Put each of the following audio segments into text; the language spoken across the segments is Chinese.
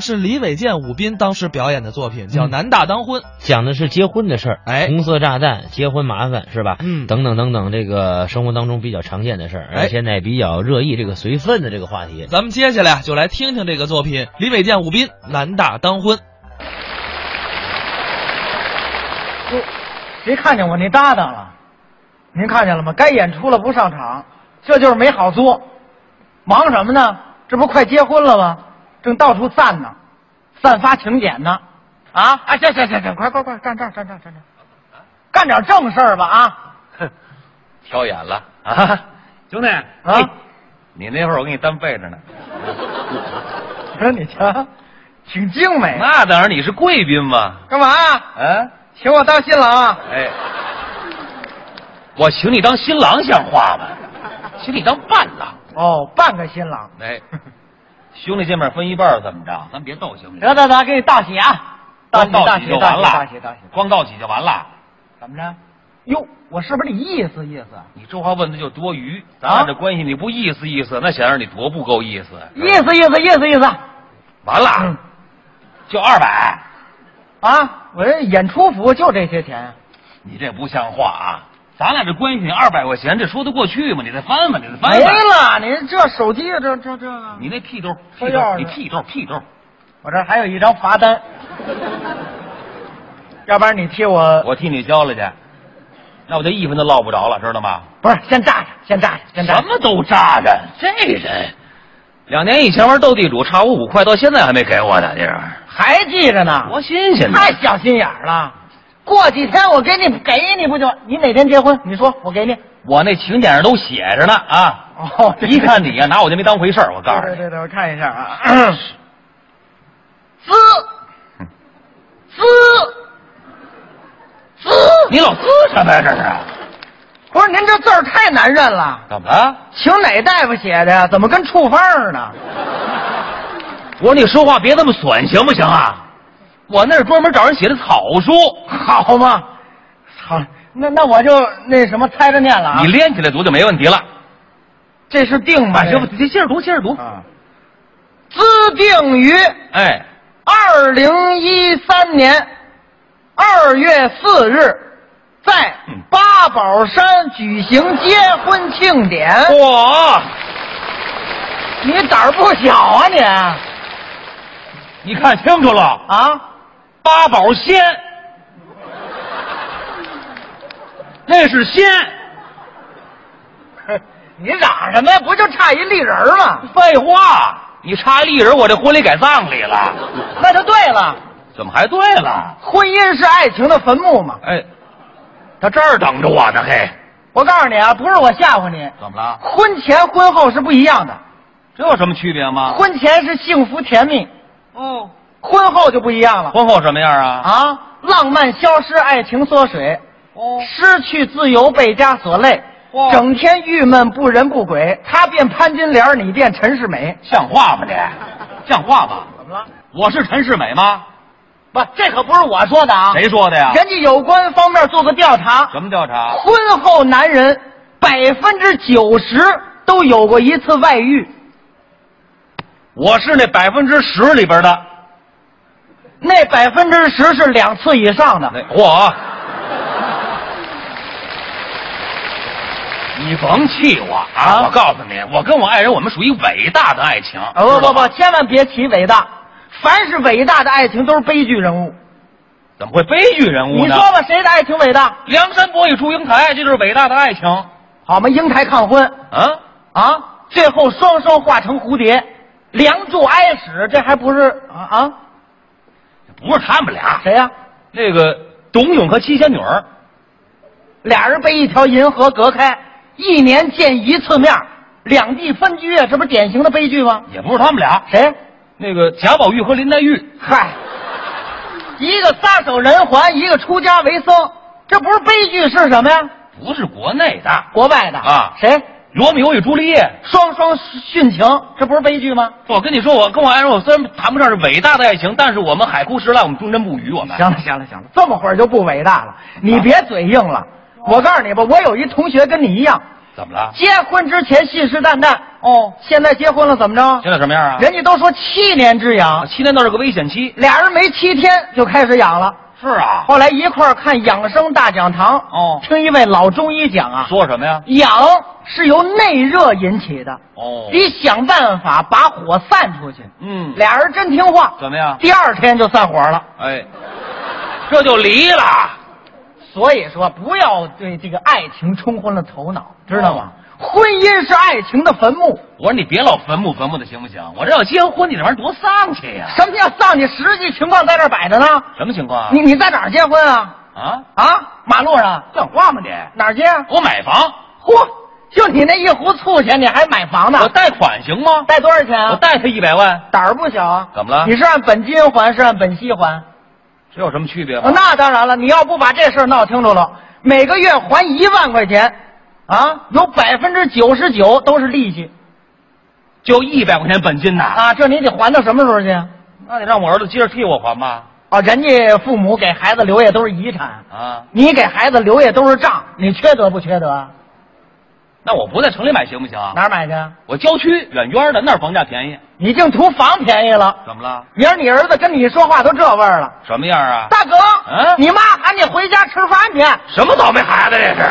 是李伟健、武斌当时表演的作品，叫《男大当婚》。讲的是结婚的事儿，哎红色炸弹，结婚麻烦是吧？嗯等等等等，这个生活当中比较常见的事儿，哎而现在比较热议这个随份子这个话题。咱们接下来就来听听这个作品，李伟健、武斌《男大当婚》。哟，谁看见我那搭档了？您看见了吗？该演出了不上场，这就是没好做。忙什么呢？这不快结婚了吗？正到处散呢，散发请柬呢。啊啊！行行行行，快快快，站这儿站这儿站这儿，干点正事儿吧啊！挑眼了啊！兄弟哎啊嘿你那会儿我给你单背着呢。我说你瞧，挺精美。那当然，你是贵宾嘛。干嘛呀？啊，请我当新郎啊？哎，我请你当新郎像话吗？请你当伴郎。哦，半个新郎。哎， 兄弟见面分一半儿怎么着？咱别斗行不行？得得得，给你道喜啊！道喜光道道喜喜就道完喜了，道喜道喜。光道喜就完了。怎么着？哟，我是不是得意思意思？你这话问的就多余。咱啊俩这关系，你不意思意思，那显然你多不够意思。意思意思意思意思完了，嗯就二百，啊！我这演出服就这些钱，啊你这不像话啊！咱俩这关系，二百块钱这说得过去吗？你再翻翻，你再翻没翻。了。您这手机这这这，你那屁兜，哎屁呀兜，你屁兜，屁兜。我这还有一张罚单，要不然你替我我替你交了去，那我这一分都落不着了，知道吗？不是先炸着，先炸着，先炸什着。么都扎着，这人，两年以前玩斗地主，差我五块，到现在还没给我呢，这是还记着呢，多新鲜呢！太小心眼儿了。过几天我给你给你不就？你哪天结婚？你说我给你。我那请柬上都写着呢啊！哦一看你呀、拿我就没当回事儿，我告诉对你，对对，我看一下啊。滋滋滋！ 你老撕什么呀？这是不是您这字儿太难认了，怎么了？请哪大夫写的呀？怎么跟处方儿呢？我说你说话别这么损，行不行啊？我那是专门找人写的草书，好嘛，好，那那我就那什么猜着念了啊你。连起来读就没问题了。这是定吧？哎，这这不，接着读，接着读。啊，资定于哎，二零一三年二月四日，在嗯八宝山举行结婚庆典。哦我，你胆儿不小啊你啊！你看清楚了，八宝仙，那是仙，你嚷什么呀？不就差一立人儿吗？废话，你差一立人，我这婚礼改葬礼了，那就对了，怎么还对了？婚姻是爱情的坟墓嘛。哎，他这儿等着我呢，嘿，我告诉你啊，不是我吓唬你，怎么了？婚前婚后是不一样的。这有什么区别吗？婚前是幸福甜蜜，哦，婚后就不一样了婚后什么样啊？啊！浪漫消失，爱情缩水，哦失去自由，被枷所累哇，整天郁闷，不人不鬼。他变潘金莲，你变陈世美。像话吗你？像话吗？怎么了？我是陈世美吗？不，这可不是我说的啊，谁说的呀？人家有关方面做过调查，什么调查？婚后男人百分之九十都有过一次外遇，我是那百分之十里边的。那百分之十是两次以上的。那我， 你甭气我啊！我告诉你，我跟我爱人，我们属于伟大的爱情。啊不知不道不吗，，千万别起伟大，凡是伟大的爱情都是悲剧人物。怎么会悲剧人物你呢？说吧，谁的爱情伟大？梁山伯与祝英台，这就是伟大的爱情。好嘛，英台抗婚啊，啊，最后双双化成蝴蝶，梁祝哀史，这还不是啊啊？不是他们俩，谁呀、那个董永和七仙女儿，俩人被一条银河隔开，一年见一次面，两地分居啊，这不是典型的悲剧吗？也不是他们俩，谁？那个贾宝玉和林黛玉。嗨，一个撒手人寰，一个出家为僧，这不是悲剧是什么呀？不是国内的国外的啊谁罗密欧与朱丽叶。双双殉情，这不是悲剧吗？我跟你说，我跟我爱人，我虽然谈不上是伟大的爱情，但是我们海枯石烂，我们忠贞不渝。我们行了行了行了，这么会儿就不伟大啊了，你别嘴硬哦了。我告诉你吧，我有一同学跟你一样，怎么了？结婚之前信誓旦旦，哦，现在结婚了怎么着？现在什么样啊？人家都说七年之啊痒，七天倒是个危险期。俩人没七天就开始痒了。是啊，后来一块儿看养生大讲堂，哦听一位老中医讲啊，说什么呀？痒是由内热引起的，哦得想办法把火散出去。嗯，俩人真听话，怎么样？第二天就散伙了。哎，这就离了。所以说，不要对这个爱情冲昏了头脑，知道吗？婚姻是爱情的坟墓。我说你别老坟墓坟墓的行不行？我这要结婚，你这玩意儿多丧气呀、什么叫丧？你实际情况在这儿摆着呢。什么情况啊？你你在哪儿结婚啊？啊，啊，马路上像话吗你？哪儿结啊？我买房，嚯，就你那一壶醋钱，你还买房呢我？贷款行吗？贷多少钱啊？我贷他一百万，胆儿不小啊！怎么了你是按本金还，是按本息还？哦这有什么区别吗？啊那当然了，你要不把这事儿闹清楚了，每个月还一万块钱，啊，有百分之九十九都是利息就一百块钱本金呐。啊，这你得还到什么时候去？那得让我儿子接着替我还吧。啊，人家父母给孩子留下都是遗产，啊，你给孩子留下都是账，你缺德不缺德啊？那我不在城里买行不行啊？哪儿买去啊？我郊区远远的那儿房价便宜。你净图房便宜了，怎么了？明儿你儿子跟你说话都这味儿了，什么样啊？大哥，嗯你妈喊你回家吃饭去。什么倒霉孩子这是？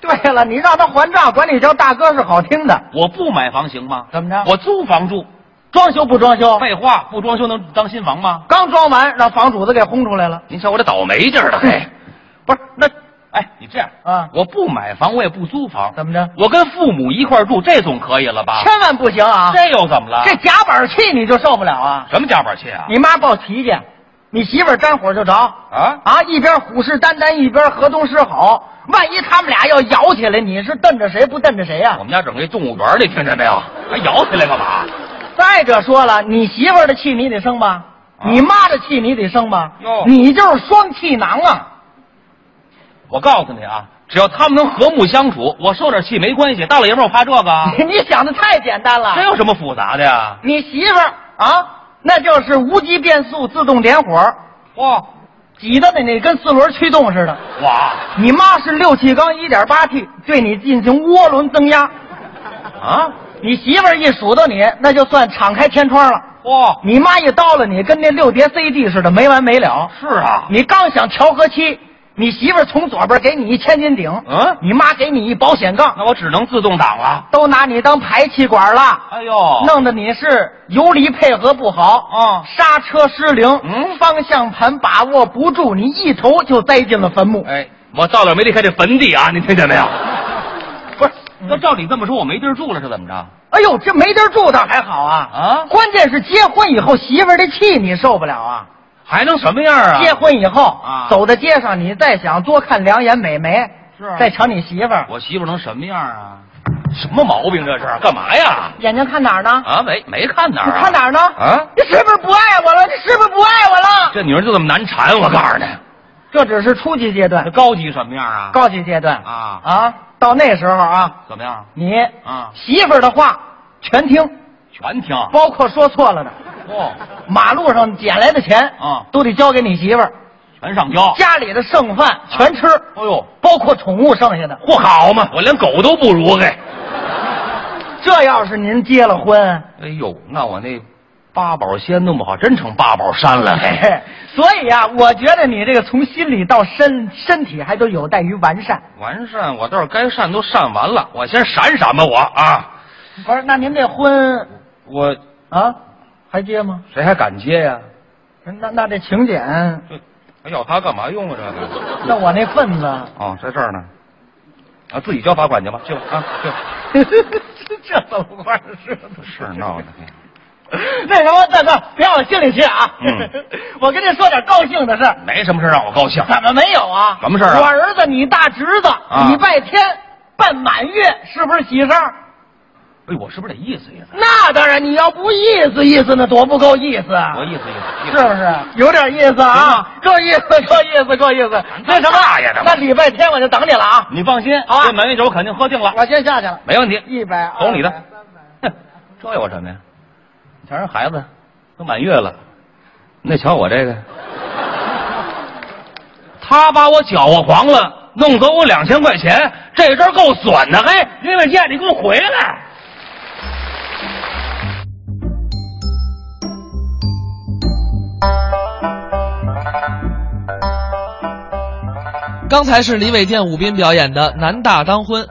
对了，你让他还账，管你叫大哥是好听的。我不买房行吗？怎么着我租房住。装修不装修？废话，不装修能当新房吗？刚装完，让房主子给轰出来了。您瞧我这倒霉劲儿的， 嘿，不是那，哎，你这样啊我不买房，我也不租房，怎么着？我跟父母一块儿住，这总可以了吧？千万不行啊！这又怎么了？这夹板气你就受不了啊！什么夹板气啊？你妈暴脾气，你媳妇儿沾火就着啊，啊！一边虎视眈眈，一边河东狮吼。万一他们俩要咬起来，你是瞪着谁不瞪着谁啊呀、我们家整个一动物园儿，你听见没有？还摇起来干嘛？再者说了，你媳妇儿的气你得生吧，啊你妈的气你得生吧哟，你就是双气囊啊！我告诉你啊，只要他们能和睦相处，我受点气没关系。大老爷们儿，我怕这个啊， 哎你想的太简单了。这有什么复杂的呀？你媳妇儿啊，那就是无级变速自动点火，哇，挤得那那跟四轮驱动似的。哇你妈是六气缸一点八 T，对你进行涡轮增压。啊，你媳妇儿一数到你，那就算敞开天窗了。哇，你妈一叨了你，跟那六碟 CD 似的，没完没了。是啊，你刚想调和期，你媳妇儿从左边给你一千斤顶，嗯你妈给你一保险杠，那我只能自动挡了。都拿你当排气管了，哎呦，弄得你是游离配合不好，啊，刹车失灵，嗯方向盘把握不住，你一头就栽进了坟墓。哎，我到点没离开这坟地啊，您听见没有？不是，嗯那照你这么说，我没地儿住了是怎么着？哎呦，这没地儿住倒还好啊啊关键是结婚以后媳妇儿的气你受不了啊！还能什么样啊？结婚以后啊走在街上，你再想多看两眼美眉，是啊再瞧你媳妇儿，我媳妇能什么样啊？什么毛病这是？干嘛呀？眼睛看哪儿呢？啊，没没看哪你儿、啊？看哪儿呢？啊，你是不是不爱我了？你是不是不爱我了？这女人就这么难缠，我告诉你，这只是初级 阶这段，高级什么样啊？高级阶段啊啊！到那时候啊，怎么样？你啊，媳妇儿的话全听，全听。包括说错了的，哦，马路上捡来的钱啊都得交给你媳妇儿，全上交。家里的剩饭全吃。哎呦，包括宠物剩下的。嚯，好嘛，我连狗都不如嘿。这要是您结了婚，哎呦，那我那八宝仙弄不好，真成八宝山了嘿嘿。嘿所以啊，我觉得你这个从心理到身身体还都有待于完善。完善，我倒是该善都善完了，我先闪闪吧我啊！不是，那您这婚我啊，还结吗？谁还敢接呀、那那这请 柬，这还要他干嘛用啊？这个那我那份子， 哦，在这儿呢，啊，自己交罚款去吧，去吧啊，去吧。这怎么回事？事儿闹的，那什么，大哥，别往心里去啊！嗯 我跟您说点高兴的事儿。没什么事儿让我高兴。怎么没有啊？什么事儿啊我儿子，你大侄子，啊礼拜天办满月，是不是喜事儿？哎，我是不是得意思意思？那当然，你要不意思意思，那多不够意思啊我！意思意是思，不是有点意思啊？ 够意思，够意思，够意思。那什么大爷的，那礼拜天我就等你了啊！你放心，好啊这满月酒肯定喝定了，我先下去了，没问题。一百，走你的200哼，这有什么呀？你瞧人孩子都满月了，你得瞧我这个，他把我搅和黄了，弄走我两千块钱，这招够损的。嘿，李伟健，你给我回来！刚才是李伟健、武斌表演的《男大当婚》，